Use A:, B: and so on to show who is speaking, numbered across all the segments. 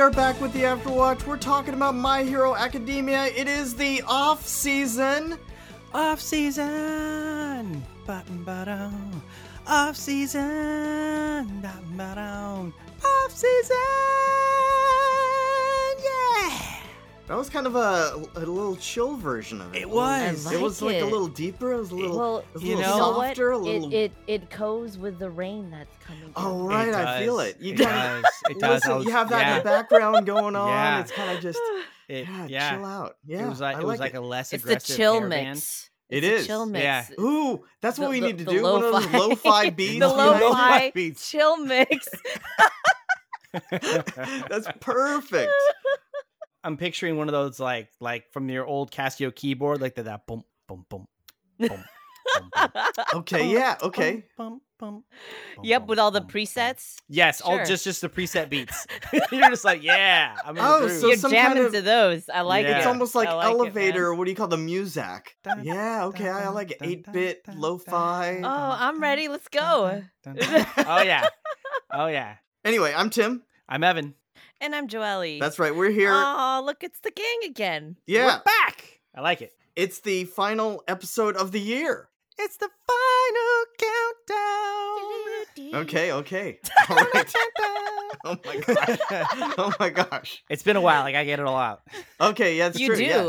A: are back with the Afterwatch. We're talking about My Hero Academia. It is the off season.
B: Off season. Button button. Off season. Button button. Off season. Yeah.
A: That was kind of a, a little chill version of it.
B: It was.
C: I
A: it was like
C: like
A: a
C: it.
A: little deeper. It was a little,
C: Well,
A: it was a
B: you
A: little
B: know-
C: know what?
A: softer. A little.
C: It, it it goes with the rain that's coming.
A: oh
C: down.
A: right,
B: It
A: I feel
B: does.
A: it. You
B: it
A: gotta
B: does. It does. I
A: listen.
B: was-
A: you have that in
B: yeah,
A: the background going on.
B: Yeah.
A: It's kind of just
B: it-
A: yeah,
B: yeah.
A: chill out. Yeah,
B: It was like
A: I
B: it was
A: like
B: like a less
C: It's the
B: aggressive
C: chill
B: hair band.
C: mix.
A: It
C: It's
A: is.
C: the chill mix.
B: Yeah.
A: Ooh, that's
C: The-
A: what we
C: the-
A: need to
C: the
A: do. One of those
C: lo-fi.
A: lo-fi beats.
C: the
A: you know?
C: lo-fi
B: beats.
C: chill mix.
A: That's perfect.
B: I'm picturing one of those like like from your old Casio keyboard, like the that boom boom boom boom. boom,
A: Oh,
B: boom,
A: Okay, yeah, okay.
B: Bum, bum, bum,
C: yep,
B: bum,
C: with all the
A: Oh,
B: bum, bum.
C: presets.
B: Yes, all
C: Sure.
B: just just the preset beats. You're just like, yeah, I'm in the
A: Oh,
B: groove.
A: so
C: You're
A: some
C: jamming
A: kind of-
C: to those. I like
B: Yeah.
C: it.
A: It's almost like,
C: I like it, man.
A: elevator. what do you call the Muzak?
B: Dun,
A: Yeah, okay. I
B: dun,
A: like
B: dun,
A: eight
B: dun,
A: bit
B: dun,
A: lo-fi.
B: dun,
C: oh,
B: dun,
A: Uh-huh.
C: I'm
B: dun,
C: ready. Let's go.
B: dun, dun, dun, dun. oh yeah, oh yeah.
A: Anyway, I'm Tim.
B: I'm Evan.
C: And I'm Joelle.
A: That's right. We're here.
C: Oh, look, it's the gang again.
A: yeah,
B: We're back. I like it.
A: it's the final episode of the year.
B: It's the final countdown.
A: Okay, okay. All right. oh my gosh. Oh my gosh.
B: it's been a while. Like I get it all out.
A: Okay, yeah, that's
C: you
A: true.
C: do.
A: Yeah.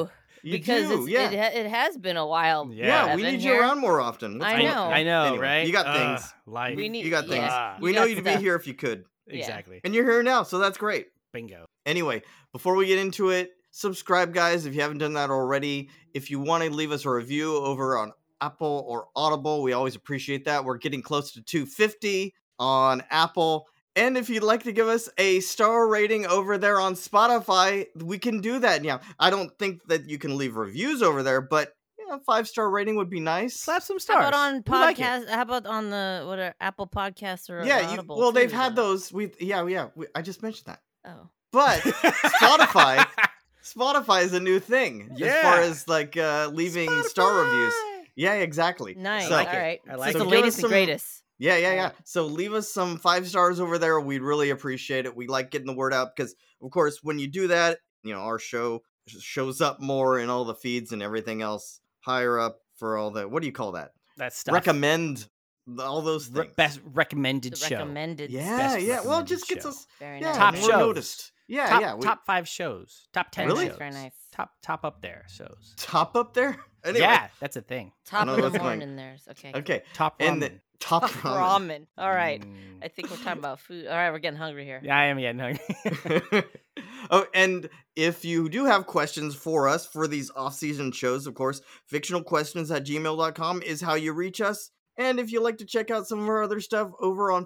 A: You
C: because
A: do,
C: it's,
A: yeah.
C: it, ha- it has been a while.
A: yeah, we
C: Evan
A: need you
C: here.
A: around more often. What's
C: I
A: going
C: know.
A: on?
B: I know,
A: Anyway,
B: right? Uh,
A: You got
B: Ugh,
A: things.
B: life.
C: We need-
A: you got things.
B: yeah,
A: we
C: you
A: know
C: got
A: you'd
C: stuff.
A: be here if you could.
C: Yeah.
B: exactly.
A: And you're here now, so that's great.
B: Bingo.
A: Anyway, before we get into it, subscribe, guys, if you haven't done that already. If you want to leave us a review over on Apple or Audible, we always appreciate that. We're getting close to 250 on Apple. And if you'd like to give us a star rating over there on Spotify, we can do that now. I don't think that you can leave reviews over there, but you know, five star rating would be nice.
B: Slap some
C: How
B: stars.
C: about on
B: We like it.
C: podcast? how about on the what are Apple Podcasts or
A: Yeah, you,
C: Audible
A: well, they've
C: too,
A: had
C: though?
A: those. We yeah, yeah. We, I just mentioned that,
C: Oh,
A: but Spotify. Spotify is a new thing as
B: Yeah.
A: far as like uh, leaving star reviews. Yeah, exactly.
C: nice.
A: So,
C: All
B: like it.
C: right,
B: I like
C: it's
B: it. So
C: the
A: give us
C: latest
A: some-
C: and greatest.
A: yeah, yeah,
C: I
A: yeah.
C: like
A: So leave us some five stars over there. We'd really appreciate it. We like getting the word out because, of course, when you do that, you know our show shows up more in all the feeds and everything else higher up for all the what do you call that?
B: That's stuff.
A: Recommend all those
B: Re-
A: things.
B: best recommended
C: The
B: show.
C: recommended.
A: yeah,
B: best
A: yeah. Well, it
B: recommended
A: just gets
B: show.
A: us
C: Very
A: yeah,
C: nice.
B: Top
A: more
B: shows.
A: noticed. Yeah,
B: top,
A: yeah. we-
B: top five shows. Top ten.
A: Really?
B: Shows.
C: Very nice.
B: Top top up there shows.
A: top up there. Anyway,
B: Yeah, that's a thing.
C: Top
A: know
C: of the
A: what's going-
C: morning. There's okay.
A: Okay,
B: Top ramen.
A: and the top ramen.
C: ramen. All right.
B: Mm.
C: I think we're talking about food. All right, we're getting hungry here.
B: Yeah, I am getting hungry.
A: oh, and if you do have questions for us for these off-season shows, of course, fictionalquestions at gmail.com is how you reach us. And if you like to check out some of our other stuff over on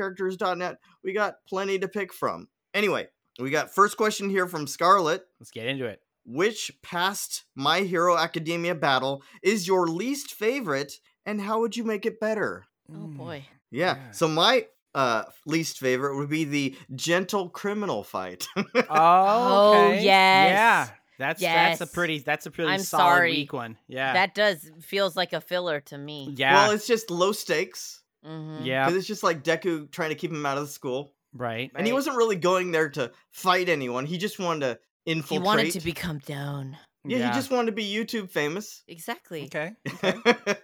A: fictionalcharacters.net, we got plenty to pick from. Anyway, we got first question here from Scarlett.
B: Let's get into it.
A: Which past My Hero Academia battle is your least favorite, and how would you make it better?
C: Oh
B: Mm.
C: boy.
A: Yeah.
B: Yeah.
A: So my uh least favorite would be the gentle criminal fight.
B: Oh,
C: Oh,
B: okay.
C: yes.
B: Yeah. That's that's
C: Yes.
B: a pretty that's a pretty
C: I'm
B: solid
C: sorry.
B: weak one. Yeah.
C: That does feels like a filler to me.
B: yeah.
A: Well, it's just low stakes
C: Mm-hmm.
B: yeah.
A: because it's just like Deku trying to keep him out of the school,
B: Right.
A: and he
C: Right.
A: wasn't really going there to fight anyone. He just wanted to
C: He
A: infiltrate.
C: wanted to become down.
A: Yeah, he just wanted to be YouTube famous.
C: Exactly.
B: Okay.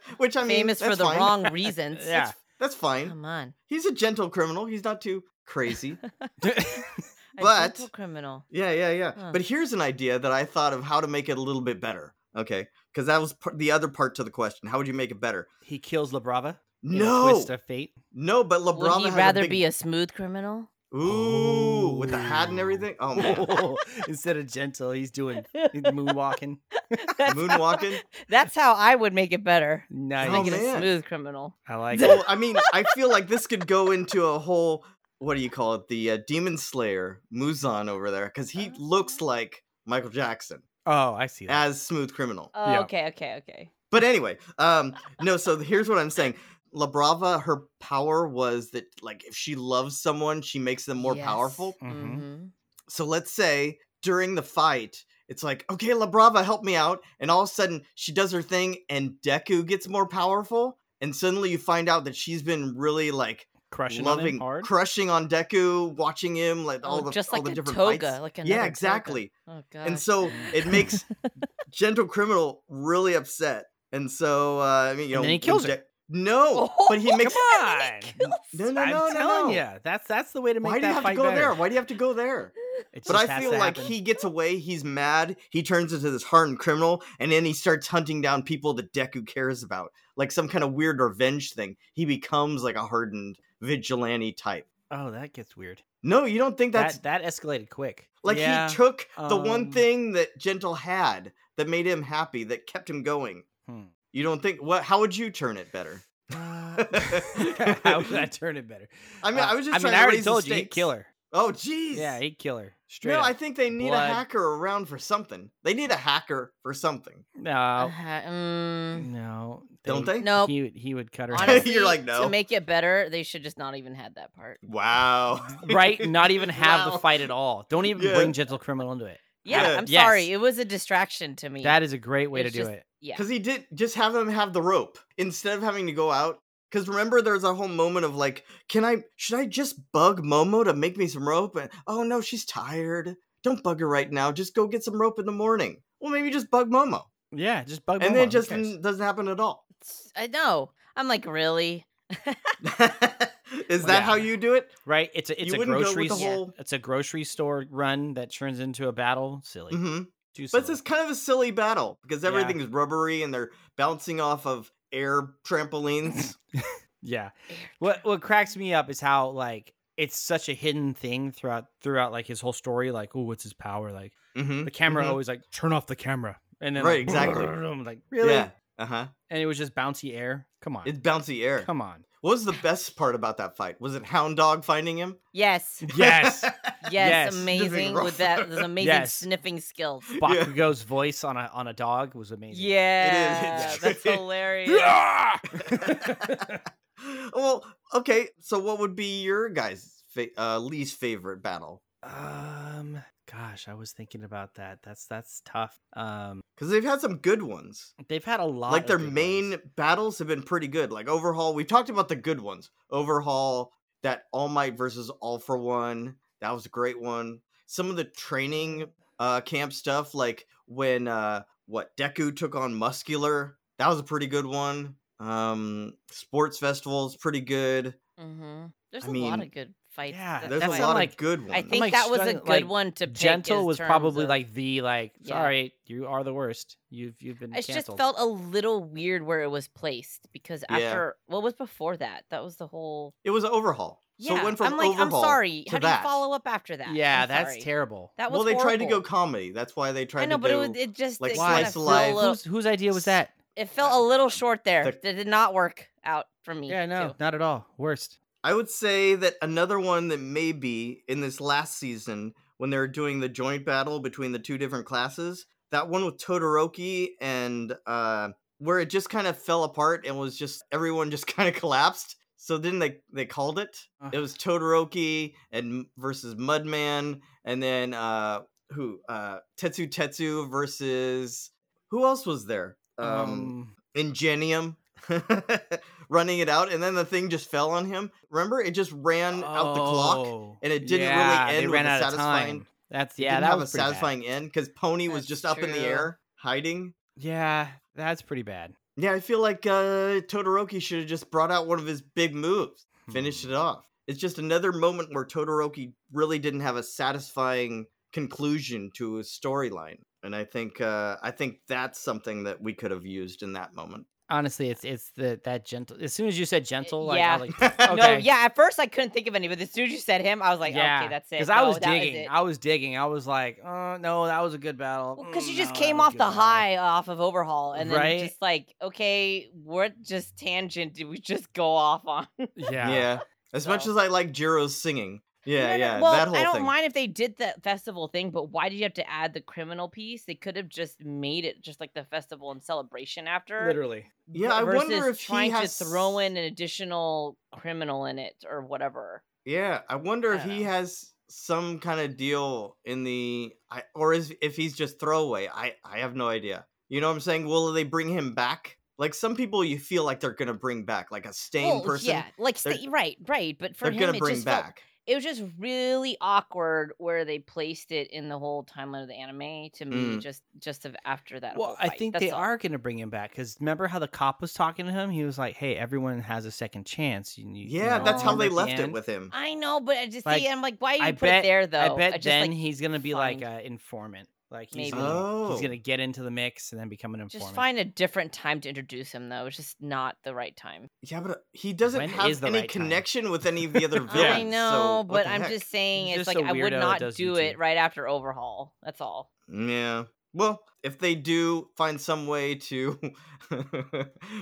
A: Which I mean,
C: Famous for
A: that's
C: the
A: fine.
C: wrong Um, reasons.
B: Yeah.
A: That's fine.
C: Come on.
A: He's a gentle criminal. He's not too crazy.
C: A
A: But-
C: gentle criminal.
A: Yeah, yeah, yeah.
C: Huh.
A: But here's an idea that I thought of how to make it a little bit better. Okay, because that was par- the other part to the question. How would you make it better?
B: he kills Labrava. in a
A: No,
B: twist of fate.
A: no. But LeBron
C: Would he rather be a smooth criminal?
A: ooh with the hat and
B: Ooh.
A: everything. Oh man,
B: Instead of gentle, he's doing he's moonwalking.
C: That's how-
A: moonwalking.
C: That's how I would make it better.
B: Nice.
A: Oh,
C: Make it a
A: man.
C: smooth criminal.
B: I like it.
A: well, I mean, I feel like this could go into a whole what do you call it? The uh, Demon Slayer Muzan over there because he
C: Oh.
A: looks like Michael Jackson
B: Oh, I see that.
A: as Smooth Criminal.
C: Oh,
B: Yeah.
C: okay, okay, okay.
A: But anyway, um, no. So here's what I'm saying: La Brava, her power was that like if she loves someone, she makes them more
C: Yes.
A: powerful.
B: Mhm.
C: Mhm.
A: So let's say during the fight, it's like, okay, La Brava, help me out, and all of a sudden she does her thing, and Deku gets more powerful, and suddenly you find out that she's been really like
B: Crushing on him
A: loving
B: hard.
A: crushing on Deku, watching him like all
C: Oh,
A: the
C: just
A: all
C: like
A: the
C: a
A: different
C: toga,
A: fights.
C: like another
A: yeah,
C: toga.
A: exactly.
C: Oh god.
A: And so it makes Gentle Criminal really upset. And so uh, I mean, you know,
B: And then he
A: when
B: kills her.
A: Jack- No, but he
C: Oh,
A: makes.
B: Come
C: And
B: on.
C: then he kills
A: No, no,
B: I'm
A: no, no,
B: telling
A: no.
B: you, that's that's the way to make
A: Why do
B: that
A: you have
B: fight
A: to go
B: better.
A: there? Why do you have to go there?
B: It
A: But
B: just
A: I
B: has
A: feel
B: to
A: like
B: happen.
A: he gets away. He's mad. He turns into this hardened criminal, and then he starts hunting down people that Deku cares about, like some kind of weird revenge thing. He becomes like a hardened vigilante type.
B: Oh, that gets weird.
A: No, you don't think that's
B: That that escalated quick.
A: Like
B: yeah.
A: he took the one
B: um,
A: thing that Gentle had that made him happy, that kept him going.
B: Hmm.
A: You don't think what? How would you turn it better?
B: Uh, how would I turn it better?
A: I mean,
B: Uh,
A: I was just
B: I
A: trying
B: mean,
A: to
B: I already
A: raise the
B: told you, he'd
A: stakes.
B: kill her.
A: Oh, jeez.
B: Yeah, he'd kill her. Straight
A: no,
B: up.
A: I think they need
B: Blood.
A: a hacker around for something. They need a hacker for something.
C: Uh,
B: no,
C: ha- mm,
B: no.
A: Mm-hmm. Don't they?
C: Nope.
B: He would, he would cut her. head off.
C: honestly,
A: like, no.
C: To make it better, they should just not even had that part.
A: Wow.
B: right? Not even have
A: Wow.
B: the fight at all. Don't even
A: Yeah.
B: bring Gentle Criminal into it.
C: Yeah,
A: Yeah.
C: I'm
B: Yes.
C: sorry. It was a distraction to me.
B: That is a great way
C: It's
B: to do
C: just-
B: it.
C: yeah.
A: Because he did just have them have the rope instead of having to go out. Because remember, there's a whole moment of like, can I, should I just bug Momo to make me some rope? And oh no, she's tired. Don't bug her right now. Just go get some rope in the morning. Well, maybe just bug Momo.
B: Yeah, just bug.
A: And
B: Momo,
A: then
B: who
A: it just
B: cares?
A: n- doesn't happen at all.
C: It's- I know. I'm like, really?
A: Is that
B: Yeah.
A: how you do it?
B: right. It's a it's
A: You
B: a
A: wouldn't go with
B: grocery
A: the
B: s-
A: whole-
B: it's a grocery store run that turns into a battle. Silly.
A: hmm
B: Too
A: But
B: silly.
A: it's just kind of a silly battle because
B: Yeah.
A: everything's rubbery and they're bouncing off of air trampolines.
B: Yeah. What what cracks me up is how like it's such a hidden thing throughout throughout like his whole story. Like, oh, what's his power? Like
A: mm-hmm.
B: the camera
A: Mhm.
B: always like turn off the camera, and then
A: Right,
B: like,
A: exactly.
B: I'm like really,
A: Yeah. Uh huh.
B: and it was just bouncy air. Come on,
A: It's bouncy air.
B: come on.
A: What was the best part about that fight? Was it Hound Dog finding him?
C: Yes.
B: Yes,
C: Yes.
B: Yes.
C: Amazing
A: rough.
C: with that those amazing
B: Yes.
C: sniffing skills.
B: Bakugo's voice on a on a dog was amazing.
C: Yeah. That's
A: true.
C: hilarious.
B: Yeah.
A: well, okay. So, what would be your guys' fa- uh, least favorite battle?
B: um. Gosh, I was thinking about that. That's that's tough. Um,
A: Because they've had some good ones.
B: they've had a lot.
A: Like
B: of
A: their
B: good
A: main
B: ones.
A: battles have been pretty good. Like Overhaul, we talked about the good ones. Overhaul, that All Might versus All for One, that was a great one. Some of the training uh, camp stuff, like when uh, what Deku took on Muscular, that was a pretty good one. Um, sports festivals, pretty good.
B: Mm-hmm.
C: hmm There's
A: I
C: a lot
A: mean,
C: of good fights.
B: yeah,
C: that-
A: There's
C: that's
A: a
C: why
A: lot
B: like-
A: of good ones.
C: I think
B: like,
C: that was a
B: struggling-
C: good
B: like,
C: one to pick.
B: gentle
C: in
B: was
C: terms
B: probably
C: of-
B: like the like
C: Yeah.
B: sorry you are the worst you've you've been
C: It just
B: canceled.
C: felt a little weird where it was placed because
A: Yeah.
C: after what was before that, that was the whole.
A: It was overhaul.
C: Yeah,
A: so it went from
C: I'm like, I'm
A: overhaul.
C: sorry.
A: to
C: How do
A: that.
C: you follow up after that?
B: yeah
C: I'm
B: that's
C: sorry.
B: terrible
C: That was
A: well, they tried to go
C: horrible.
A: comedy. That's why they tried
C: I know,
A: to
C: but
A: do
C: it was it just
A: like
C: it
A: Why?
C: kinda
A: slice
C: fell
A: of
C: a
A: life.
C: little-
B: whose, whose idea was that
C: it felt a little short there.
A: The-
C: That did not work out for me.
B: yeah no
C: too.
B: not at all worst
A: I would say that another one that may be in this last season when they were doing the joint battle between the two different classes, that one with Todoroki and uh, where it just kind of fell apart and was just everyone just kind of collapsed. So then they they called it. It was Todoroki and versus Mudman, and then uh, who uh, Tetsu Tetsu versus who else was there?
B: um
A: ingenium running it out and then the thing just fell on him remember it just
B: Um,
A: ran out the clock
B: oh,
A: and it didn't really
B: yeah, they
A: end with
B: ran
A: a
B: out of
A: satisfying-
B: time. that's
A: It
B: yeah
A: didn't
B: that
A: have
B: was
A: a
B: pretty bad.
A: satisfying end because pony was
C: That's
A: just up in the
C: true.
A: air hiding
B: yeah that's pretty bad
A: yeah i feel like uh todoroki should have just brought out one of his big moves
B: Hmm.
A: finished it off it's just another moment where todoroki really didn't have a satisfying conclusion to his storyline and i think uh i think that's something that we could have used in that moment
B: honestly it's it's the that gentle as soon as you said gentle like
C: yeah.
B: I was like
C: No,
B: okay.
C: yeah. At first, I couldn't think of any, but as soon as you said him, I was like, okay, that's it.
B: Because I
C: No,
B: was
C: that
B: digging.
C: it.
B: I was digging. I was like, uh, no, that was a good battle.
C: because you
B: Mm,
C: just
B: no, that
C: came
B: was a
C: off
B: good
C: the
B: battle."
C: high off of overhaul and then
B: Right?
C: just like okay what just tangent did we just go off on
B: Yeah.
A: Yeah. As much
C: So-
A: as I like Jiro's singing. Yeah,
C: No, no,
A: yeah.
C: well
A: that whole
C: i don't
A: thing.
C: mind if they did that festival thing but why did you have to add the criminal piece they could have just made it just like the festival and celebration after
B: Literally.
A: yeah, I wonder
C: versus
A: if
C: trying
A: he has
C: to throw in an additional criminal in it or whatever
A: Yeah, I wonder
C: I
A: if
C: don't
A: he
C: know.
A: has some kind of deal in the I or is if he's just throwaway. I I have no idea. You know what I'm saying? Will they bring him back? Like some people, you feel like they're gonna bring back, like a stain
C: Oh,
A: person.
C: yeah, like
A: they're-
C: sta- right, right. But for
A: they're
C: him,
A: gonna
C: it
A: bring
C: just felt-
A: back.
C: it was just really awkward where they placed it in the whole timeline of the anime to me.
A: Mm.
C: Just just of after that.
B: Well,
C: whole
B: I
C: fight,
B: think
C: that's
B: they
C: all.
B: are going to bring him back because remember how the cop was talking to him? He was like, "Hey, everyone has a second chance." You, you- you
A: yeah,
B: know,
A: that's how
B: remember
A: they
B: at the
A: left it
B: end?
A: with him.
C: I know, but I just
B: Like,
C: see. I'm like, why do you
B: I
C: put
B: bet-
C: it there though?
B: I bet
C: just,
B: then
C: like,
B: he's going to be like
C: find-
B: an informant. Like he's
C: Maybe.
B: gonna, he's
A: Oh.
B: going to get into the mix and then become an informant.
C: just find a different time to introduce him though. It's just not the right time.
A: Yeah, but he doesn't
B: When is
A: have
B: the
A: any
B: right time?
A: connection with any of the other
B: I
A: villains.
C: I
A: so
C: know,
A: what
C: but
A: the
C: I'm
A: heck?
C: just saying
B: He's
C: it's
B: just
C: like
B: a
C: I would
B: weirdo that
C: not
B: does
C: do
B: YouTube.
C: it right after overhaul. That's all.
A: Yeah. Well, if they do find some way to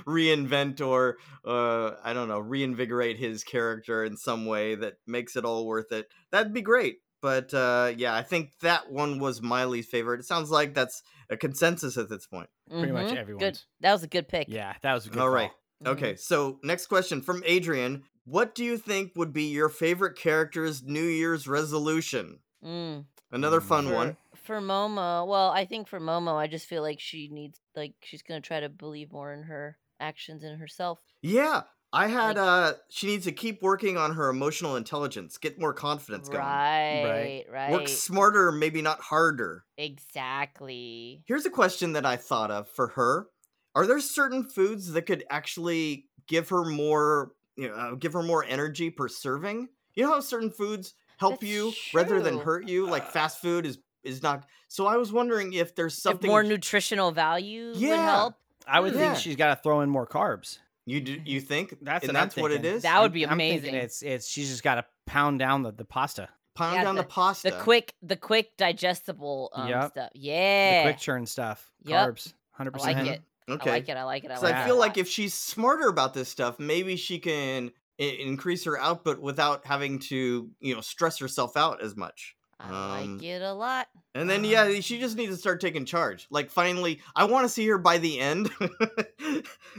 A: reinvent or uh, I don't know, reinvigorate his character in some way that makes it all worth it, that'd be great. But uh, yeah, I think that one was Miley's favorite. It sounds like that's a consensus at this point.
B: pretty
C: Mhm.
B: much
C: Good.
B: everyone's.
C: That was a good pick. Mm-hmm.
B: Yeah, that was a good.
A: All
B: call. Mm-hmm.
A: right. Okay, so next question from Adrian. What do you think would be your favorite character's New Year's resolution?
C: Mm.
A: Another
B: Mm.
A: fun
C: for,
A: one.
C: For Momo, well, I think for Momo, I just feel like she needs, like, she's gonna try to believe more in her actions and herself.
A: Yeah, I had.
C: Like-
A: uh She needs to keep working on her emotional intelligence, get more confidence going,
C: right, right,
A: work smarter, maybe not harder.
C: exactly.
A: Here's a question that I thought of for her: Are there certain foods that could actually give her more, you know, uh, give her more energy per serving? You know how certain foods help
C: That's
A: you rather than
C: true.
A: hurt you. Like fast food is is not. So I was wondering if there's
C: If
A: something
C: more nutritional value would
A: Yeah.
C: help.
B: I would
A: Yeah.
B: think she's got to throw in more carbs.
A: you do, you think
B: That's
A: and
B: what I'm
A: that's what it
B: thinking.
A: is.
C: That would be
B: I'm thinking
C: amazing.
B: It's it's she's just got to pound down the, the pasta,
A: pound
C: Yeah,
A: down the,
C: the-
A: pasta.
C: The quick, the quick digestible um,
B: Yep.
C: stuff.
B: the
C: Yeah,
B: quick churn stuff,
C: Yep.
B: carbs, hundred
C: I like
B: percent.
C: it.
A: Okay.
C: I like it. I like it. I
A: Because
C: like
A: I
C: it
A: feel
C: a
A: like
C: lot.
A: if she's smarter about this stuff, maybe she can I- increase her output without having to, you know, stress herself out as much.
C: I
A: um,
C: like it a lot.
A: And then,
C: Ah.
A: yeah, she just needs to start taking charge. Like, finally, I want to see her by the end.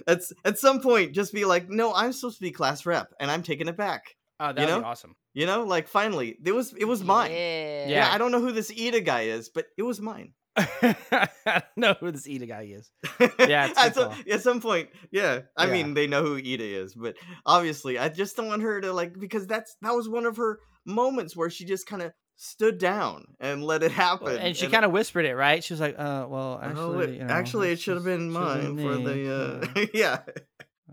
A: at, s- at some point, just be like, no, I'm supposed to be class rep, and I'm taking it back.
B: Oh, that
A: You
B: would be
A: know?
B: awesome.
A: You know, like finally, it was it was mine. Yeah,
C: Yeah.
B: Yeah.
A: I don't know who this Ida guy is, but it was mine.
B: I don't know who this Ida guy is. Yeah, it's
A: at,
B: good
A: some, at some point, yeah. I
B: Yeah.
A: mean, they know who Ida is, but obviously, I just don't want her to like because that's that was one of her moments where she just kind of stood down and let it happen. oh,
B: Well, and she kind of whispered it, right? She was like, "Uh, well, actually,
A: it,
B: you know,
A: actually, it
B: it's-
A: should have
B: it's-
A: been
B: should've
A: mine
B: been
A: for
B: me,
A: the
B: yeah."
A: uh, yeah.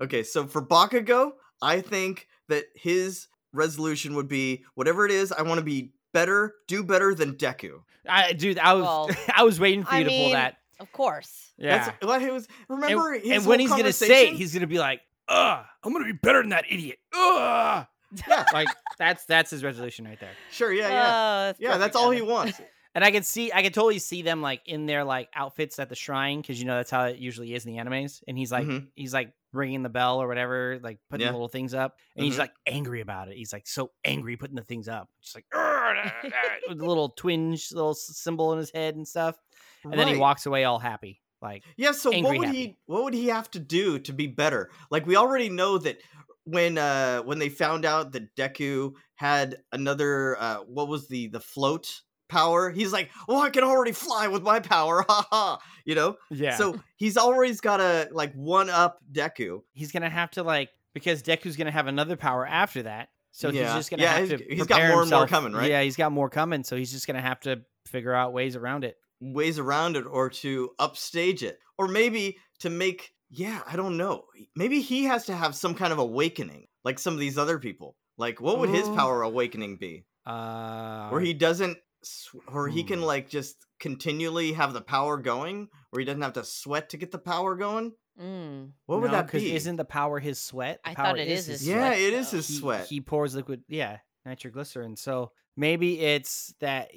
A: Okay, so for Bakugo, I think that his resolution would be whatever it is. I want to be better, do better than Deku.
B: I, dude, I was,
C: Well,
B: I was waiting for
C: I
B: you to pull
C: mean,
B: that.
C: Of course.
B: Yeah,
A: That's what he was.
B: and,
A: Remember, his
B: and when
A: whole
B: he's gonna say it,
A: conversation?
B: he's gonna be like, "Ugh, I'm gonna be better than that idiot." Ugh,
A: yeah,
B: like that's that's his resolution right there.
A: sure, yeah, yeah.
C: Oh, that's
A: Yeah, that's
C: perfect,
A: all he
C: Evan.
A: wants.
B: And I can see, I can totally see them like in their like outfits at the shrine because you know that's how it usually is in the animes. And he's like,
A: Mhm.
B: he's like ringing the bell or whatever, like putting
A: Yeah.
B: the little things up, and he's
A: Mhm.
B: like angry about it. He's like so angry putting the things up, just like "Arr, arr, arr," with the little twinge, little s- symbol in his head and stuff. And then he
A: Right.
B: walks away all happy, like
A: Yeah, so what
B: angry
A: would
B: happy.
A: he what would he have to do to be better? Like we already know that when uh when they found out that Deku had another uh what was the the float power, he's like, "Oh, I can already fly with my power." Ha ha. You know?
B: yeah. So
A: So he's always got to like one up Deku.
B: he's gonna have to like because Deku's gonna have another power after that. So
A: Yeah.
B: he's just gonna
A: Yeah,
B: have
A: he's-
B: to.
A: he's got
B: prepare
A: more and more
B: himself.
A: coming, right?
B: Yeah, he's got more coming. So he's just gonna have to figure out ways around it.
A: ways around it or to upstage it or maybe to make yeah i don't know maybe he has to have some kind of awakening like some of these other people like what would his
B: Ooh.
A: power awakening be
B: Uh,
A: where he doesn't sw- or he can
B: Hmm.
A: like just continually have the power going where he doesn't have to sweat to get the power going
C: Mm.
A: what would
B: No,
A: that
B: 'cause
A: be
B: Isn't the power his sweat? The
C: I
B: power
C: thought it is his
A: Yeah,
C: sweat.
A: it is
C: though.
A: his
B: He-
A: sweat.
B: He pours liquid, yeah, nitroglycerin. So maybe it's that.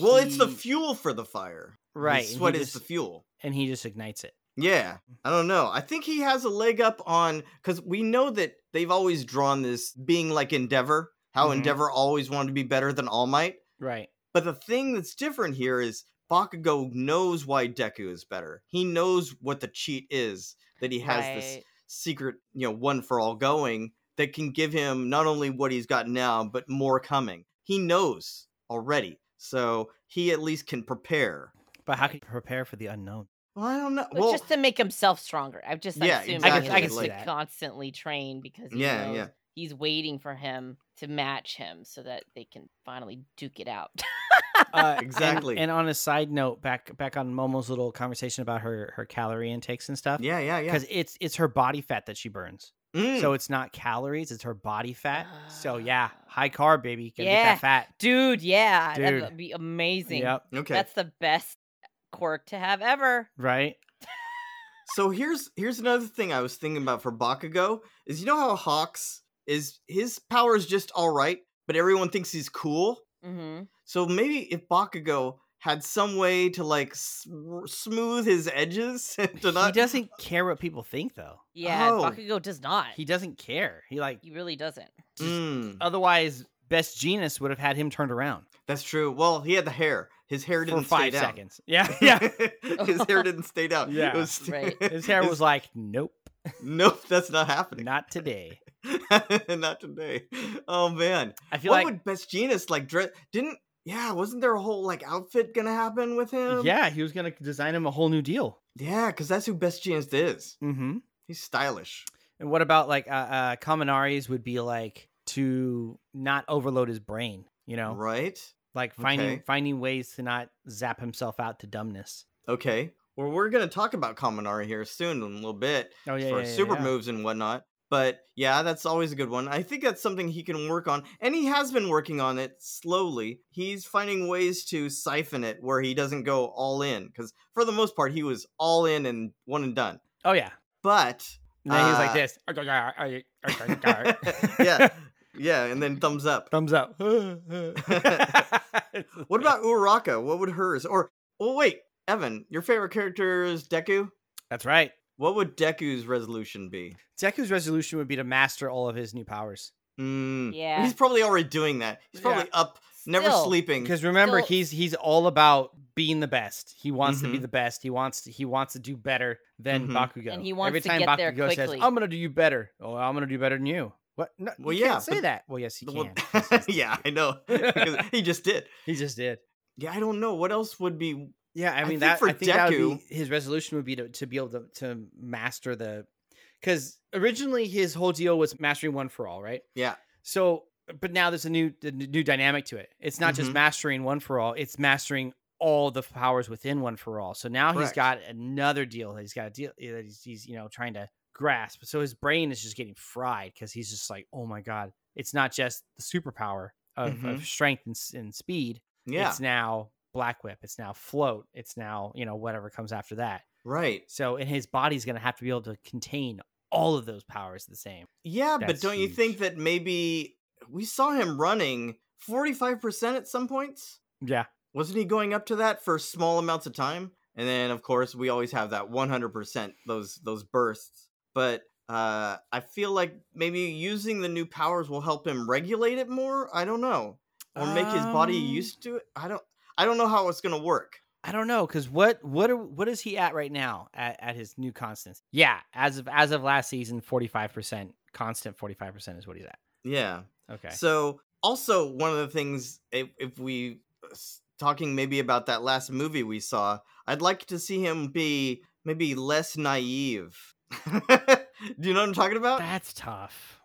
A: well it's the
B: he-
A: fuel for the fire His
B: right. and he
A: sweat is the
B: just-
A: fuel
B: and he just ignites it.
A: Yeah, I don't know. I think he has a leg up on because we know that they've always drawn this being like Endeavor, how
B: Mhm.
C: Mm-hmm.
A: Endeavor always wanted to be better than All Might.
B: Right.
A: But the thing that's different here is Bakugo knows why Deku is better. He knows what the cheat is that he has this
C: Right.
A: secret, you know, one for all going that can give him not only what he's got now but more coming. He knows already, so he at least can prepare.
B: But how can you prepare for the unknown?
A: Well, I don't know.
C: But
A: well,
C: just to make himself stronger. I've just
A: Yeah,
C: I assume
A: exactly,
C: he has
A: like-
C: to constantly train because he
A: Yeah,
C: knows
A: yeah.
C: he's waiting for him to match him so that they can finally duke it out.
B: Uh, and-
A: Exactly.
B: And, on a side note, back back on Momo's little conversation about her her calorie intakes and stuff.
A: yeah, yeah, yeah.
B: Because it's it's her body fat that she burns,
A: Mm.
B: so it's not calories; it's her body fat. So yeah, high carb, baby. Gotta
C: Oh. Yeah.
B: get that fat.
C: Dude, yeah,
B: Dude.
C: that'd be amazing.
B: Yep.
A: okay.
C: That's the best quirk to have ever.
B: Right.
A: So here's here's another thing I was thinking about for Bakugo is you know how Hawks is his power is just all right, but everyone thinks he's cool.
C: hmm
A: So maybe if Bakugo had some way to like sm- smooth his edges to
B: he
A: not
B: doesn't care what people think, though.
C: Yeah,
A: Oh.
C: Bakugo does not.
B: He doesn't care. He like
C: he really doesn't.
A: Mm,
B: otherwise, best genius would have had him turned around
A: that's true. Well, he had the hair. His hair
B: for
A: didn't stay
B: five
A: down.
B: seconds. Yeah, yeah.
A: his hair didn't stay down.
B: Yeah,
C: right.
B: His hair was like, nope,
A: nope. That's not happening.
B: not today.
A: not today. Oh man.
B: I feel
A: What
B: like
A: would Best Genius like dress? Didn't yeah? Wasn't there a whole like outfit gonna happen with him?
B: yeah, he was gonna design him a whole new deal.
A: yeah, because that's who Best Genius is.
B: Mm-hmm.
A: He's stylish.
B: And what about like uh, uh Kaminari's would be like to not overload his brain, you know,
A: Right.
B: like finding
A: Okay.
B: finding ways to not zap himself out to dumbness.
A: Okay. Well, we're gonna talk about Kaminari here soon in a little bit
B: Oh yeah,
A: for
B: yeah, yeah,
A: super
B: yeah.
A: moves and whatnot. But yeah, that's always a good one. I think that's something he can work on, and he has been working on it slowly. He's finding ways to siphon it where he doesn't go all in, because for the most part, he was all in and one and done.
B: Oh yeah.
A: But
B: And then he was like
A: Uh,
B: this.
A: yeah, yeah, and then thumbs up.
B: Thumbs up.
A: What about Uraka? What would hers or oh wait, Evan, your favorite character is Deku?
B: That's right.
A: What would Deku's resolution be?
B: Deku's resolution would be to master all of his new powers.
A: Mm.
C: Yeah.
A: He's probably already doing that. He's probably up, never
C: Still,
A: sleeping.
B: Because remember,
C: Still-
B: he's he's all about being the best. He wants to be
A: Mhm.
B: the best. He wants to, he wants to do better than
A: Mhm.
B: Bakugo.
C: And he wants
B: Every
C: to
B: time
C: get there
B: Bakugo says,
C: quickly.
B: "I'm gonna do you better," oh, I'm gonna do better than you. What? No,
A: Well,
B: you can't
A: yeah,
B: say
A: but-
B: that. Well, yes, he
A: The
B: can.
A: one-
B: Yes, yes,
A: yeah,
B: yes.
A: I know. 'Cause he just did.
B: he just did.
A: Yeah, I don't know. What else would be
B: Yeah, I
A: I
B: mean
A: think
B: that.
A: for
B: I think that would
A: Deku-
B: be his resolution would be to, to be able to, to master the, because originally his whole deal was mastering one for all, right?
A: Yeah.
B: So, but now there's a new the n- new dynamic to it. It's not just
A: Mhm.
B: mastering one for all; it's mastering all the powers within one for all. So now he's
A: Correct.
B: got another deal. that He's got a deal eh, that he's, he's you know trying to grasp. So his brain is just getting fried because he's just like, oh my god, it's not just the superpower of, of
A: Mhm.
B: strength and, s- and speed
A: Yeah,
B: it's now black whip it's now float it's now you know whatever comes after that
A: right.
B: so and his body's going to have to be able to contain all of those powers the same
A: Yeah, but
B: That's
A: don't you
B: huge.
A: think that maybe we saw him running 45% at some points?
B: yeah
A: Wasn't he going up to that for small amounts of time? And then of course we always have that 100% those those bursts. But uh I feel like maybe using the new powers will help him regulate it more. I don't know. Or make his body
B: Um,
A: used to it. I don't I don't know how it's going to work.
B: i don't know because what what are, what is he at right now at, at his new constants yeah as of as of last season 45% constant 45% is what he's at
A: Yeah.
B: okay
A: So also one of the things if, if we uh, s- talking maybe about that last movie we saw, I'd like to see him be maybe less naive. Do you know what I'm talking about?
B: that's tough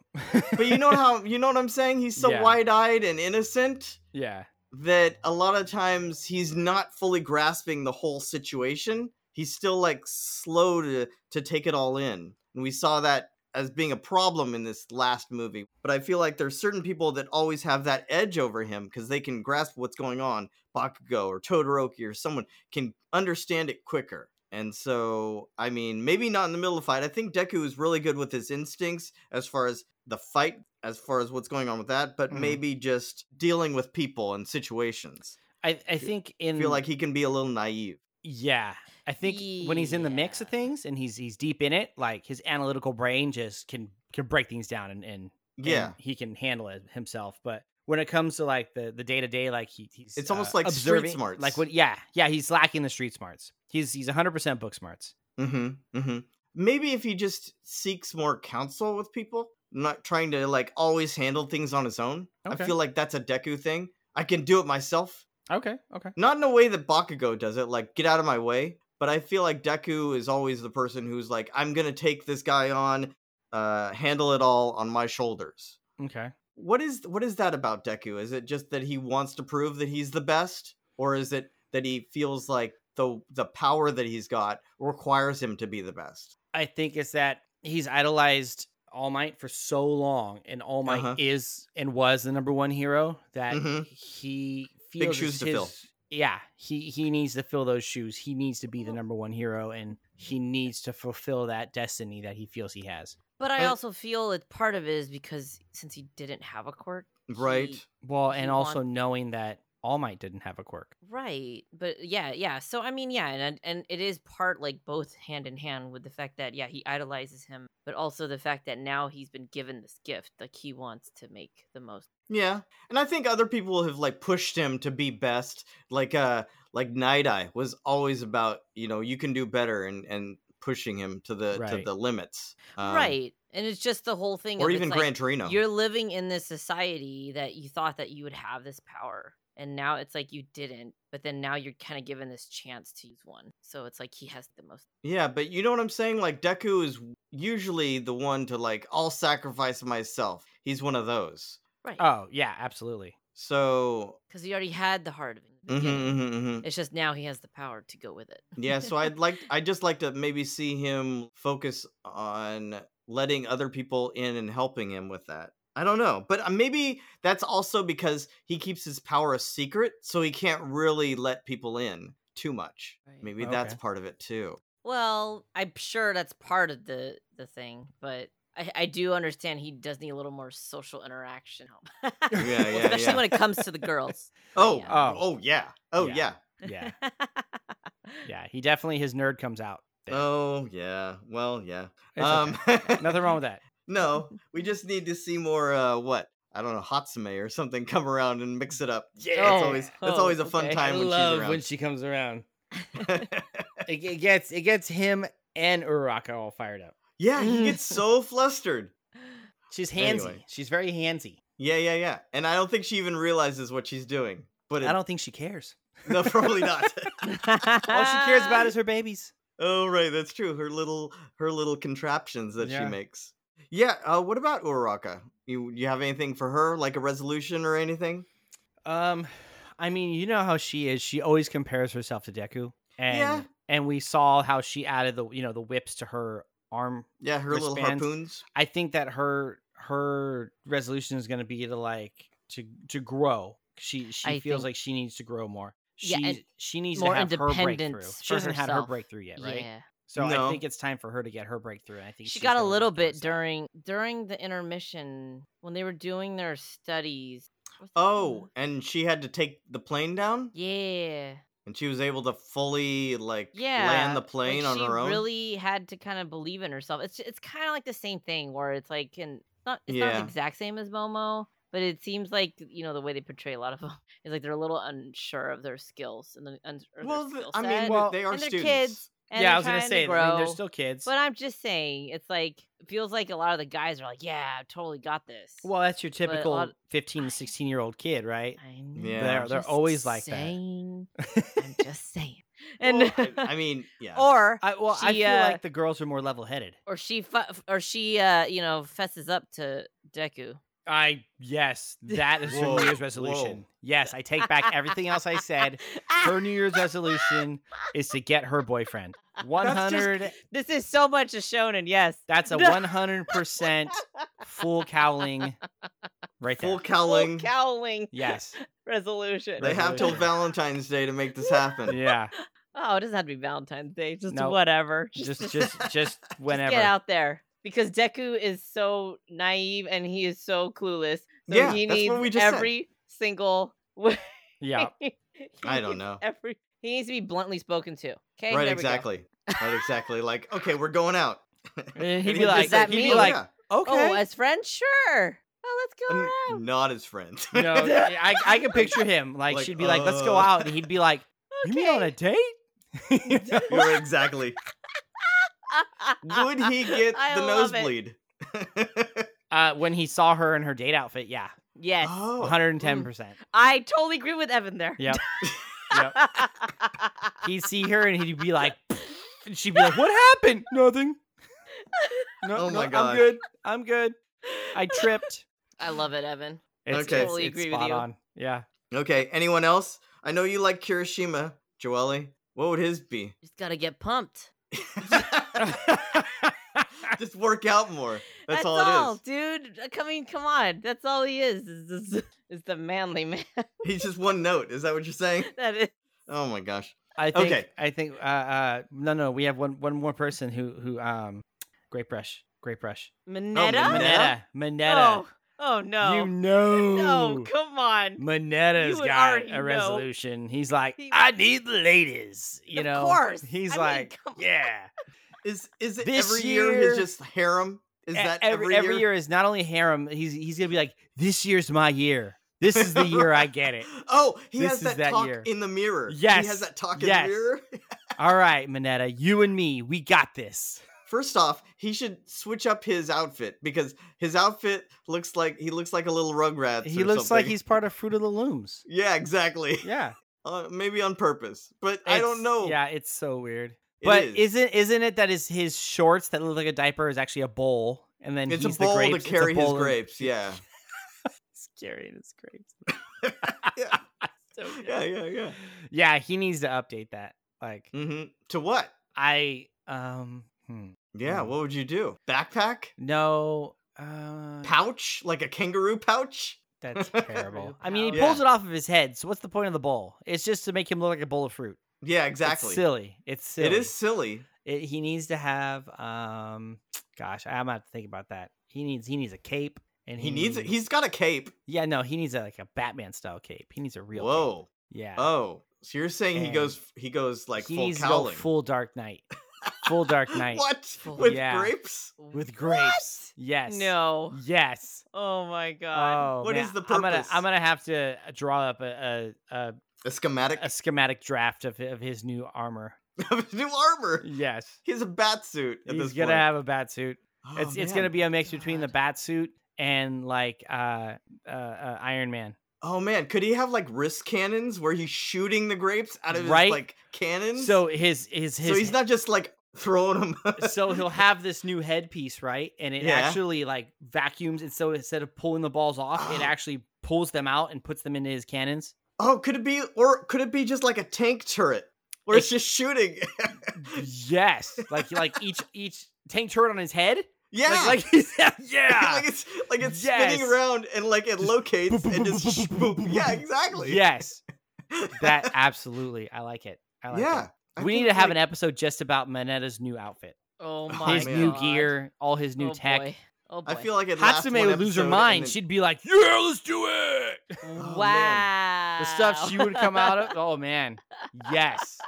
A: but you know how you know what I'm saying? He's so
B: Yeah.
A: wide-eyed and innocent
B: yeah
A: that a lot of times he's not fully grasping the whole situation. He's still like slow to to take it all in. And we saw that as being a problem in this last movie. But I feel like there's certain people that always have that edge over him because they can grasp what's going on. Bakugo or Todoroki or someone can understand it quicker. And so, I mean, maybe not in the middle of the fight. I think Deku is really good with his instincts as far as the fight, as far as what's going on with that, but
B: Mhm.
A: maybe just dealing with people and situations.
B: i, I think in
A: I feel like he can be a little naive.
B: Yeah. I think when he's in the mix of
C: Yeah.
B: things and he's he's deep in it, like his analytical brain just can can break things down and and, and
A: Yeah.
B: he can handle it himself. But when it comes to like the the day to day, like he, he's uh,
A: It's almost like street
B: observing-
A: smarts.
B: Like what? Yeah, yeah. He's lacking the street smarts. He's he's 100 percent book smarts.
A: Mm-hmm. Mm-hmm. Maybe if he just seeks more counsel with people, not trying to like always handle things on his own.
B: Okay.
A: I feel like that's a Deku thing. I can do it myself.
B: Okay, okay.
A: Not in a way that Bakugo does it, like get out of my way, But I feel like Deku is always the person who's like, I'm gonna take this guy on, uh, handle it all on my shoulders.
B: Okay.
A: What is what is that about Deku? Is it just that he wants to prove that he's the best, or is it that he feels like the the power that he's got requires him to be the best?
B: I think it's that he's idolized All Might for so long, and All Might
A: Uh-huh.
B: is and was the number one hero that
A: Mhm.
B: he feels
A: Big
B: is
A: shoes to
B: his-
A: fill.
B: Yeah, he he needs to fill those shoes. He needs to be the number one hero, and he needs to fulfill that destiny that he feels he has.
C: But I
A: Uh,
C: also feel that part of it is because since he didn't have a quirk, he-
A: Right.
B: Well, and
C: He
B: also
C: wants-
B: knowing that All Might didn't have a quirk.
C: right. But yeah, yeah. So I mean, yeah, and and it is part like both hand in hand with the fact that yeah, he idolizes him, but also the fact that now he's been given this gift, like he wants to make the most.
A: Yeah. And I think other people have like pushed him to be best. Like uh like Night Eye was always about, you know, you can do better and and pushing him to the to
B: Right.
A: the limits. Um,
C: right. And it's just the whole thing
A: Or
C: of
A: even
C: it's like,
A: Gran Torino.
C: You're living in this society that you thought that you would have this power. And now it's like you didn't, but then now you're kind of given this chance to use one. So it's like he has the most.
A: Yeah, but you know what I'm saying? Like Deku is usually the one to like I'll sacrifice myself. He's one of those.
C: Right.
A: Uh,
B: Oh yeah, absolutely.
A: So
C: because he already had the heart of it. in the
A: mhm,
C: beginning.
A: mhm, mhm.
C: It's just now he has the power to go with it.
A: yeah so i'd like i would just like to maybe see him focus on letting other people in and helping him with that i don't know but uh, maybe that's also because he keeps his power a secret so he can't really let people in too much
C: Right.
A: maybe that's
B: Okay.
A: part of it too
C: well, I'm sure that's part of the the thing, but I, I do understand he does need a little more social interaction help.
A: Yeah, yeah,
C: especially
A: yeah.
C: when it comes to the girls.
A: oh
C: Yeah.
A: oh
B: Oh.
A: oh yeah oh
B: Yeah.
A: yeah
B: Yeah, yeah. He definitely his nerd comes out. there.
A: oh um, yeah well yeah
B: It's okay. nothing wrong with that.
A: no we just need to see more uh what I don't know, Hatsume or something come around and mix it up. Yeah, that's
B: Oh,
A: always that's
C: oh,
A: always a fun
C: okay.
A: time when she's around.
B: she comes around. It, it gets it gets him and Uraka all fired up.
A: Yeah, he
C: Mm.
A: gets so flustered.
B: She's handsy.
A: Anyway.
B: She's very handsy.
A: Yeah, yeah, yeah. And I don't think she even realizes what she's doing. But it,
B: I don't think she cares.
A: no, probably not.
B: all she cares
A: Um,
B: about is her babies.
A: oh, right, that's true. Her little her little contraptions that she
B: Yeah.
A: makes. Yeah. Uh, what about Uraraka? You you have anything for her, like a resolution or anything?
B: Um, I mean, you know how she is. She always compares herself to Deku, and
A: Yeah.
B: and we saw how she added the you know the whips to her arm.
A: Yeah, her little
B: Wristbands.
A: harpoons.
B: I think that her her resolution is going to be to like to to grow. She she
C: I
B: feels
C: think-
B: like she needs to grow more. She
C: Yeah, and
B: she needs
C: more
B: to have her breakthrough.
C: independence
B: She
C: for
B: hasn't had her
C: herself.
B: breakthrough yet, right?
C: Yeah.
B: So
A: No.
B: I think it's time for her to get her breakthrough. And I think
C: she
B: she's
C: got a
B: gonna work
C: little bit
B: towards that.
C: during during the intermission when they were doing their studies. What's the
A: Oh,
C: name?
A: and she had to take the plane down,
C: yeah,
A: and she was able to fully like
C: yeah.
A: land the
C: like,
A: plane on
C: she
A: her own.
C: Really had to kind of believe in herself. It's it's kind of like the same thing where it's like and not it's not
A: Yeah.
C: the exact same as Momo, but it seems like you know the way they portray a lot of them is like they're a little unsure of their skills and the uns- or
A: well,
C: their
A: th-
C: skill
A: I
C: set,
A: mean,
B: Well,
A: they are
C: and they're
A: students.
C: kids. And
B: yeah,
C: they're
B: I was gonna
C: trying to
B: say. I mean, they're
C: grow.
B: still kids.
C: But I'm just saying, it's like it feels like a lot of the guys are like, "Yeah, I totally got this."
B: well, that's your
C: a
B: typical
C: lot-
B: 15 16 year old kid, right?
C: I know.
A: Yeah.
B: They're-
C: I'm
B: they're
C: just
B: always like that.
C: saying, I'm just saying. And
A: Well, I, I mean, yeah.
C: or
B: I, well, I
C: She,
B: feel
C: uh,
B: like the girls are more level headed.
C: or she fu- or she uh you know fesses up to Deku.
B: I yes, that is her
A: Whoa,
B: New Year's
A: whoa.
B: resolution. Yes, I take back everything else I said. Her New Year's resolution is to get her boyfriend. One hundred.
C: This is so much a shonen. Yes.
B: That's a
C: No.
B: one hundred percent full cowling, right there.
A: full
C: Full
A: cowling.
C: cowling
B: yes.
C: resolution.
A: They have till
B: Resolution.
A: Valentine's Day to make this happen.
B: Yeah.
C: Oh, it doesn't have to be Valentine's Day. Just
B: Nope.
C: whatever.
B: Just, just, just
C: Just
B: whenever.
C: get out there because Deku is so naive and he is so clueless. So
A: Yeah,
C: he
A: that's what
C: needs
A: we just said.
C: every single way.
B: Yeah.
C: He
A: I don't
C: needs
A: know.
C: Every he needs to be bluntly spoken to.
A: right,
C: Okay, There we go.
A: exactly. Right, exactly. Like, okay, we're going out.
B: And
A: And
B: he'd
A: he'd
B: be like,
A: just say,
C: that
A: he'd be
C: mean-
A: like,
B: like, okay.
C: Oh, as friends, sure. Oh, let's go
A: "N-
C: out.
A: not his friend.
B: no, I, I can picture him. Like,
A: Like,
B: she'd be like, let's go
A: uh,
B: out. And he'd be like, you mean on a date? You know?
A: You're exactly. Would he get
C: I
A: the
C: love it.
A: nosebleed?
B: uh, when he saw her in her date outfit, yeah.
C: Yes,
A: oh,
B: 110%.
C: I totally agree with Evan there.
B: Yep. He'd see her and he'd be like, and she'd be like, "What happened? Nothing. No,
A: Oh
B: no,
A: my gosh.
B: I'm good. I'm good. I tripped.
C: I love it, Evan.
B: It's,
A: Okay.
B: it's,
C: Totally
B: it's
C: agree with
B: spot
C: you.
B: on. Yeah.
A: Okay, anyone else? I know you like Kirishima, Joelle. What would his be?
C: Just gotta get pumped.
A: Just work out more. That's, all, it is.
C: dude. I mean, come on. That's all he is. Is, is, is the manly man.
A: He's just one note. Is that what you're saying?
C: that is.
A: Oh my gosh.
B: I think.
A: Okay.
B: I think. Uh, uh, no, no. We have one one more person who who um, Great Brush. Great Brush.
A: Minetta?
C: Minetta?
B: Minetta. Minetta.
C: Oh, oh no.
B: You know.
C: no, come on. You
B: Manetta's
C: would
B: got
C: already know.
B: a resolution. He's like,
C: He-
B: I need the ladies. You
C: Of
B: know,
C: course.
B: He's
C: I mean,
B: like,
C: come on.
B: yeah.
A: Is is it
B: This
A: every year,
B: year-
A: he's just harem? Is
B: E-
A: that every,
B: every, every year is not only harem. He's he's gonna be like, this year's my year. This is the year I get it.
A: Oh, he
B: This
A: has
B: is
A: that,
B: that
A: talk
B: year.
A: in the mirror. He
B: Yes.
A: has that talk in
B: Yes.
A: the mirror.
B: All right, Minetta, you and me, we got this.
A: First off, he should switch up his outfit because his outfit looks like he looks like a little Rugrats.
B: he
A: or
B: looks like
A: something.
B: he's part of Fruit of the Looms.
A: Yeah, exactly.
B: Yeah,
A: Uh, maybe on purpose, but I
B: It's-
A: don't know.
B: Yeah, it's so weird.
A: It
B: But
A: is.
B: is. not isn't it that is his shorts that look like a diaper is actually a bowl, and then
A: it's
B: he's
A: a bowl
B: the grapes.
A: to
B: It's a
A: carry his
B: bowl of-
A: grapes. Yeah.
B: He's carrying his grapes.
A: yeah,
B: So good.
A: yeah, yeah, yeah.
B: yeah, he needs to update that. Like
A: hmm To what?
B: I um hmm.
A: Yeah.
B: Mm.
A: What would you do? Backpack?
B: no uh
A: Pouch? Like a kangaroo pouch?
B: that's terrible. I mean, he
A: Yeah.
B: pulls it off of his head. So what's the point of the bowl? It's just to make him look like a bowl of fruit.
A: Yeah,
B: It's
A: exactly.
B: silly. It's silly.
A: It is silly.
B: It- he needs to have um gosh, I'm gonna have to think about that. He needs he needs a cape and he,
A: He needs it. He's got a cape.
B: Yeah, no, he needs a, like a Batman style cape. He needs a real cape.
A: Whoa.
B: Yeah.
A: Oh. So you're saying he
B: And
A: goes he goes like
B: he
A: full
B: needs to
A: cowling.
B: go full dark knight. full dark knight.
A: What?
C: Full-
A: With
B: Yeah.
A: grapes?
B: With grapes. Yes.
C: No.
B: Yes.
C: Oh my god.
B: Oh,
A: What
B: man.
A: is the
B: I'm gonna,
A: purpose?
B: I'm gonna have to uh, draw up a a, a,
A: A schematic
B: a schematic draft of, of his new armor.
A: of his new armor.
B: Yes,
A: He has a bat suit at
B: he's
A: this
B: gonna
A: point.
B: have a bat suit.
A: Oh,
B: it's it's
A: man.
B: gonna be a mix between the bat suit and like uh, uh, uh Iron Man.
A: Oh man, could he have like wrist cannons where he's shooting the grapes out of
B: Right?
A: his like cannons?
B: So his his his
A: so he's not just like throwing them.
B: so he'll have this new headpiece, right? And it
A: Yeah.
B: actually like vacuums, and so instead of pulling the balls off, it
A: Oh.
B: actually pulls them out and puts them into his cannons.
A: Oh, could it be or could it be just like a tank turret where it's just shooting?
B: Yes, like like each each tank turret on his head.
A: yeah.
B: Like, like he's yeah.
A: like it's like it's
B: Yes.
A: spinning around and like it locates
B: boop, boop,
A: and
B: boop,
A: just
B: boop,
A: sh-
B: boop,
A: boop.
B: boop, boop,
A: yeah
B: boop.
A: exactly
B: Yes, that absolutely. I like it. I like
A: yeah
B: it. We need to have an episode just about Manetta's new outfit,
C: Oh
A: His
C: my
B: his
C: god.
B: new gear, all his new
C: oh
B: tech.
C: Boy. Oh boy.
A: I feel like it lasts
B: Hatsume
A: one
B: would lose her
A: episode
B: mind.
A: and then-
B: She'd be like, "Yeah, let's do it."
A: oh, man.
C: wow.
B: The stuff she would come out of. Oh man, yes.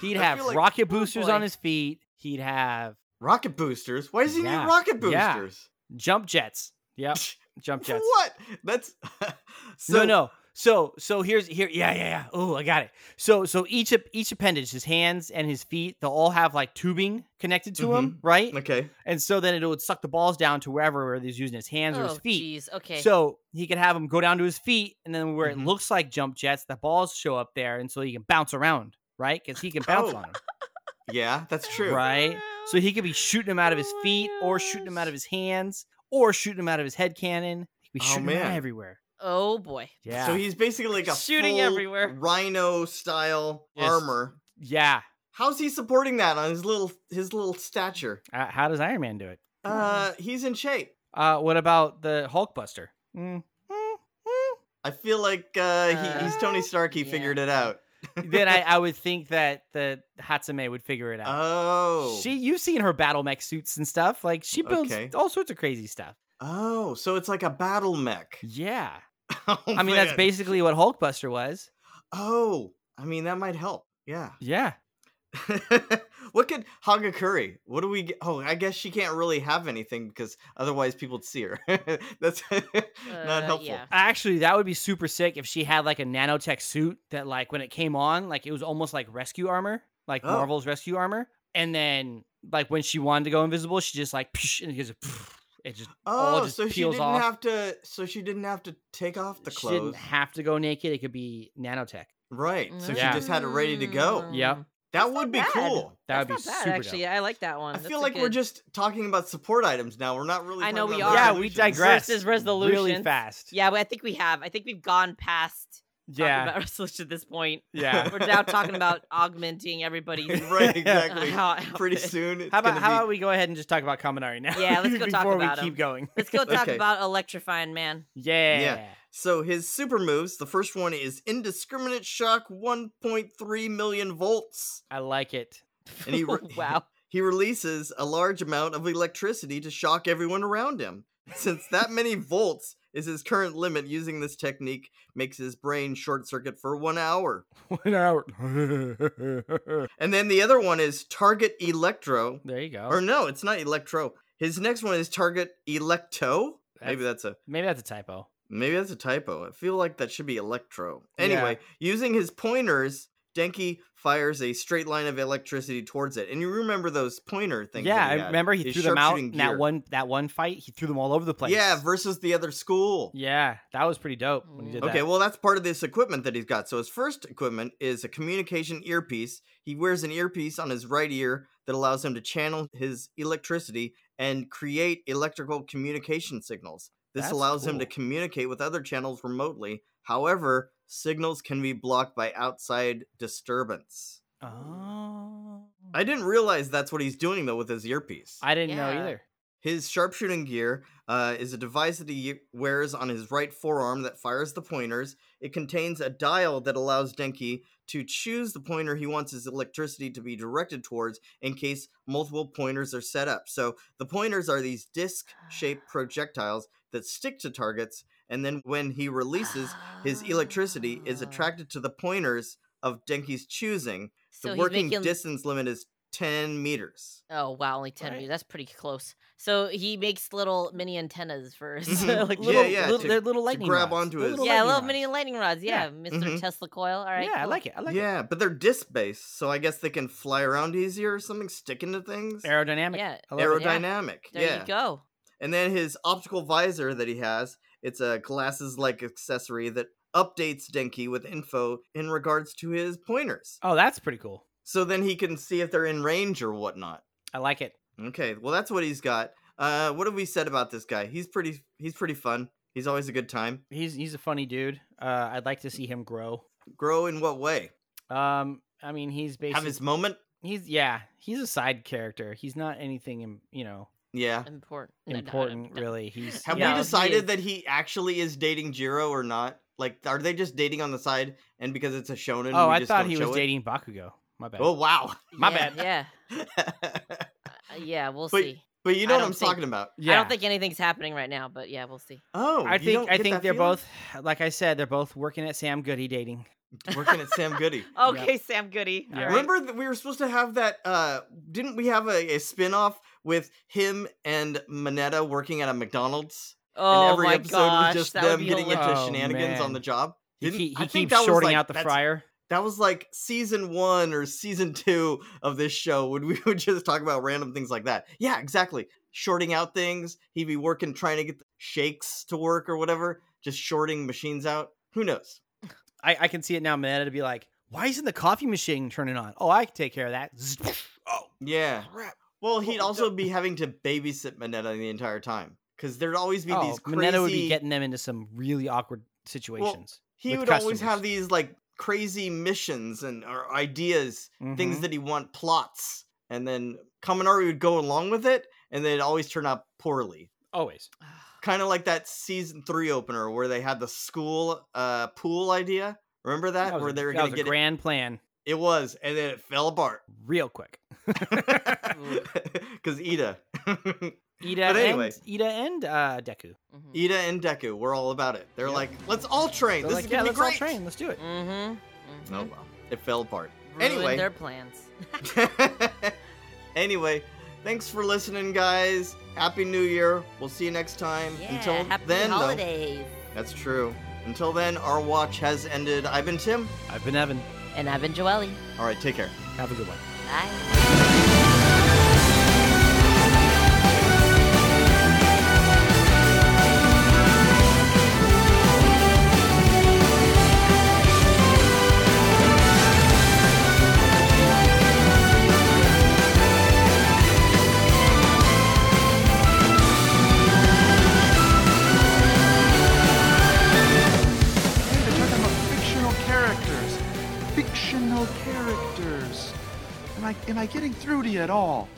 B: He'd
A: I
B: have
A: feel like-
B: rocket boosters
C: boy.
B: on his feet. He'd have
A: rocket boosters why does he
B: Yeah.
A: need rocket
B: Yeah.
A: boosters
B: jump jets. Yep, jump
A: for
B: jets.
A: what that's so
B: no, no. So, so here's here. Yeah, yeah, yeah. Oh, I got it. So, so each ap- each appendage, his hands and his feet, they'll all have like tubing connected to
A: Mm-hmm.
B: them, right?
A: okay
B: And so then it would suck the balls down to wherever whether he's using his hands or his
C: Oh
B: feet.
C: jeez. Okay.
B: So he could have them go down to his feet, and then where
A: Mhm.
B: it looks like jump jets, the balls show up there, and so he can bounce around, right? Because he can bounce
A: Oh,
B: on them,
A: yeah that's true
B: right? So he could be shooting them out of his
C: Oh my
B: feet, or shooting them out of
C: gosh.
B: his hands, or shooting them out of his head cannon. He could be
A: Oh,
B: shooting them out
A: man.
B: everywhere.
C: Oh boy.
B: Yeah.
A: so he's basically like a
C: Shooting
A: full
C: everywhere.
A: rhino style
B: Yes.
A: armor
B: yeah.
A: how's he supporting that on his little his little stature
B: Uh, how does Iron Man do it?
A: uh he's in shape
B: Uh, what about the Hulkbuster? Mm.
A: I feel like uh, he, he's Tony
C: Uh,
A: Stark. He
C: yeah.
A: figured it out.
B: then I, I would think that the Hatsume would figure it out.
A: Oh.
B: She, you've seen her battle mech suits and stuff. Like she builds
A: Okay.
B: all sorts of crazy stuff.
A: Oh, so it's like a battle mech.
B: Yeah,
A: Oh,
B: I mean that's
A: man.
B: basically what Hulkbuster was.
A: Oh, I mean that might help. Yeah.
B: Yeah,
A: what could Hagakuri? What do we? Get? Oh, I guess she can't really have anything because otherwise people would see her. that's not
C: Uh,
A: helpful.
C: yeah.
B: actually, that would be super sick if she had like a nanotech suit that, like, when it came on, like it was almost like rescue armor, like
A: Oh.
B: Marvel's rescue armor. And then, like, when she wanted to go invisible, she just like psh, and it goes it just all
A: Oh,
B: just
A: so she
B: peels
A: didn't
B: off.
A: have to. So she didn't have to take off the
B: She didn't
A: clothes.
B: have to go naked. It could be nanotech.
A: Right. So
B: Yeah.
A: she just had it ready to go.
C: Mm.
B: Yep.
A: That
C: That's not
A: would be
C: bad.
A: cool.
B: That
C: That's
B: would be
C: not bad,
B: super dope.
C: actually. I like that one.
A: I
C: That's
A: feel
C: a
A: like we're
C: good-
A: just talking about support items now. We're not really.
C: I know
A: talking
C: we
A: about
C: are.
B: Yeah, we
A: resolutions.
B: digress
C: Versus
B: really
C: resolutions.
B: fast.
C: Yeah, but I think we have. I think we've gone past talking
B: yeah,
C: about resolution at this point.
B: yeah.
C: We're now talking about augmenting everybody's
A: right. Exactly.
C: how-
A: Pretty soon. It's
B: How about
A: gonna
B: how
A: be-
B: about we go ahead and just talk about Kaminari now?
C: Yeah, let's go talk
B: before
C: about
B: we keep
C: him.
B: going.
C: Let's go talk
A: Okay.
C: about electrifying man.
B: Yeah.
A: So his super moves, the first one is indiscriminate shock 1.3 million volts.
B: I like it.
A: And he re-
C: Oh, wow.
A: He releases a large amount of electricity to shock everyone around him. Since that many volts is his current limit, using this technique makes his brain short circuit for 1 hour.
B: One hour.
A: And then the other one is target electro.
B: there you go.
A: Or no, it's not electro. His next one is target electo. Maybe that's a
B: Maybe that's a typo.
A: Maybe that's a typo. I feel like that should be electro. Anyway, using his pointers, Denki fires a straight line of electricity towards it. And you remember those pointer things? that
B: yeah,
A: he
B: I
A: had,
B: remember he
A: his
B: threw them out
A: sharpshooting
B: in that
A: gear.
B: one that one fight. He threw them all over the place.
A: Yeah, versus the other school.
B: yeah, that was pretty dope when he did
A: Okay,
B: that.
A: well, that's part of this equipment that he's got. So his first equipment is a communication earpiece. He wears an earpiece on his right ear that allows him to channel his electricity and create electrical communication signals. This
B: That's
A: allows him to
B: cool.
A: communicate with other channels remotely. However, signals can be blocked by outside disturbance.
B: Oh,
A: I didn't realize that's what he's doing though with his earpiece.
B: I didn't know
C: Yeah.
B: either.
A: His sharpshooting gear uh, is a device that he wears on his right forearm that fires the pointers. It contains a dial that allows Denki to choose the pointer he wants his electricity to be directed towards in case multiple pointers are set up. So the pointers are these disc
C: Ah.
A: shaped projectiles that stick to targets, and then when he releases, his electricity is
C: Ah.
A: attracted to the pointers of Denki's choosing.
C: So
A: The
C: he's
A: working
C: making-
A: distance limit is 10 meters.
C: Oh wow, only ten
B: Right?
C: meters. That's pretty close. So he makes little mini antennas for his
A: Mhm.
C: like
A: Yeah,
B: little,
A: yeah,
B: little,
A: to-
B: they're little lightning
A: grab
B: rods.
A: onto
B: They're
A: his-
B: Little
C: yeah,
B: lightning
C: little
B: rods.
C: mini lightning rods. Yeah,
B: Yeah. Mm-hmm.
C: mister
A: Mhm.
C: Tesla coil. All right,
B: yeah, I
C: cool.
B: like it. I like
A: yeah, but they're disc based, so I guess they can fly around easier or something, stick into things.
B: it. Aerodynamic.
C: Yeah,
B: I love it.
C: yeah.
A: Aerodynamic.
C: there
A: yeah.
C: you go.
A: And then his optical visor that he has, it's a glasses like accessory that updates Denki with info in regards to his pointers.
B: Oh, that's pretty cool.
A: So then he can see if they're in range or whatnot.
B: I like it.
A: Okay, well that's what he's got. Uh what have we said about this guy? He's pretty he's pretty fun. He's always a good time.
B: He's he's a funny dude. Uh, I'd like to see him grow.
A: Grow in what way?
B: Um, I mean, he's basically
A: Have his moment?
B: he's yeah, he's a side character. He's not anything, im- you know,
A: Yeah.
C: Important. No, no, no,
B: important
C: no.
B: really. He's
A: Have
C: No,
A: we
C: he
A: decided
C: is-
A: that he actually is dating Jiro or not? Like, are they just dating on the side? And because it's a shonen,
B: Oh,
A: we
B: I
A: just
B: thought
A: don't
B: he
A: show
B: was
A: it?
B: dating Bakugo. My bad.
A: Oh wow!
B: My
C: yeah,
B: bad.
C: Yeah,
A: but
C: Uh, yeah. We'll
A: But-
C: see.
A: you
C: I
A: know what
C: don't
A: I'm
C: think-
A: talking about.
B: yeah.
C: I don't think anything's happening right now, but yeah, we'll see.
A: Oh,
B: I
A: you
B: think
A: don't
B: I
A: get
B: think
A: that
B: they're
A: feeling?
B: both like I said, they're both working at Sam Goody dating.
A: working at Sam Goody.
C: Okay, Sam Goody.
B: Yeah.
C: All right.
A: Remember that we were supposed to have that? uh Didn't we have a, a spin off with him and Mineta working at a McDonald's?
C: Oh
A: and every
C: my
A: episode
C: gosh,
A: was just
C: that
A: them
C: would be
A: getting
C: hilarious.
A: into
B: Oh,
A: shenanigans
B: man.
A: on the job.
B: He,
A: Didn't-
B: he,
A: I
B: he
A: think
B: keeps
A: that was,
B: shorting
A: like,
B: out the
A: that's-
B: fryer.
A: That was like season one or season two of this show when we would just talk about random things like that. Yeah, exactly. Shorting out things. He'd be working trying to get the shakes to work or whatever, just shorting machines out. Who knows?
B: I, I can see it now, Minetta to be like, Why isn't the coffee machine turning on? Oh, I can take care of that. Oh
A: Yeah.
B: crap.
A: Well, he'd
B: Well,
A: also be having to babysit Mineta the entire time because there'd always be
B: Oh,
A: these crazy.
B: Mineta would be getting them into some really awkward situations.
A: he
B: with
A: would always have
B: customers.
A: these like crazy missions and or ideas, things
B: Mhm.
A: that he want plots, and then Kaminari would go along with it, and they'd always turn out poorly.
B: always.
A: kind of like that season three opener where they had the school uh, pool idea. Remember that,
B: was
A: where
B: a-
A: they were
B: that
A: going
B: was
A: to
B: a
A: get it?
B: grand plan
A: it was, and then it fell apart
B: real quick. Mm.
A: because Ida,
B: Ida
A: But anyway.
B: and Ida and uh, Deku.
C: Mhm.
A: Ida and Deku, we're all about it. They're
B: Yep.
A: like, let's all train.
B: They're
A: this
B: like,
A: is
B: yeah,
A: gonna be
B: let's all
A: great.
B: train. Let's do it.
C: Mhm.
A: Oh
C: Mhm.
A: well, it fell apart.
C: Mm-hmm. Ruined
A: anyway.
C: their plans.
A: anyway, thanks for listening, guys. Happy New Year. We'll see you next time.
C: Yeah,
A: Until
C: happy
A: then, though-
C: holidays.
A: that's true. Until then, our watch has ended. I've been Tim.
B: I've been Evan.
C: And I've been Joelle.
A: All right, take care.
B: Have a good one.
C: Bye.
D: fictional characters. Am I am I getting through to you at all?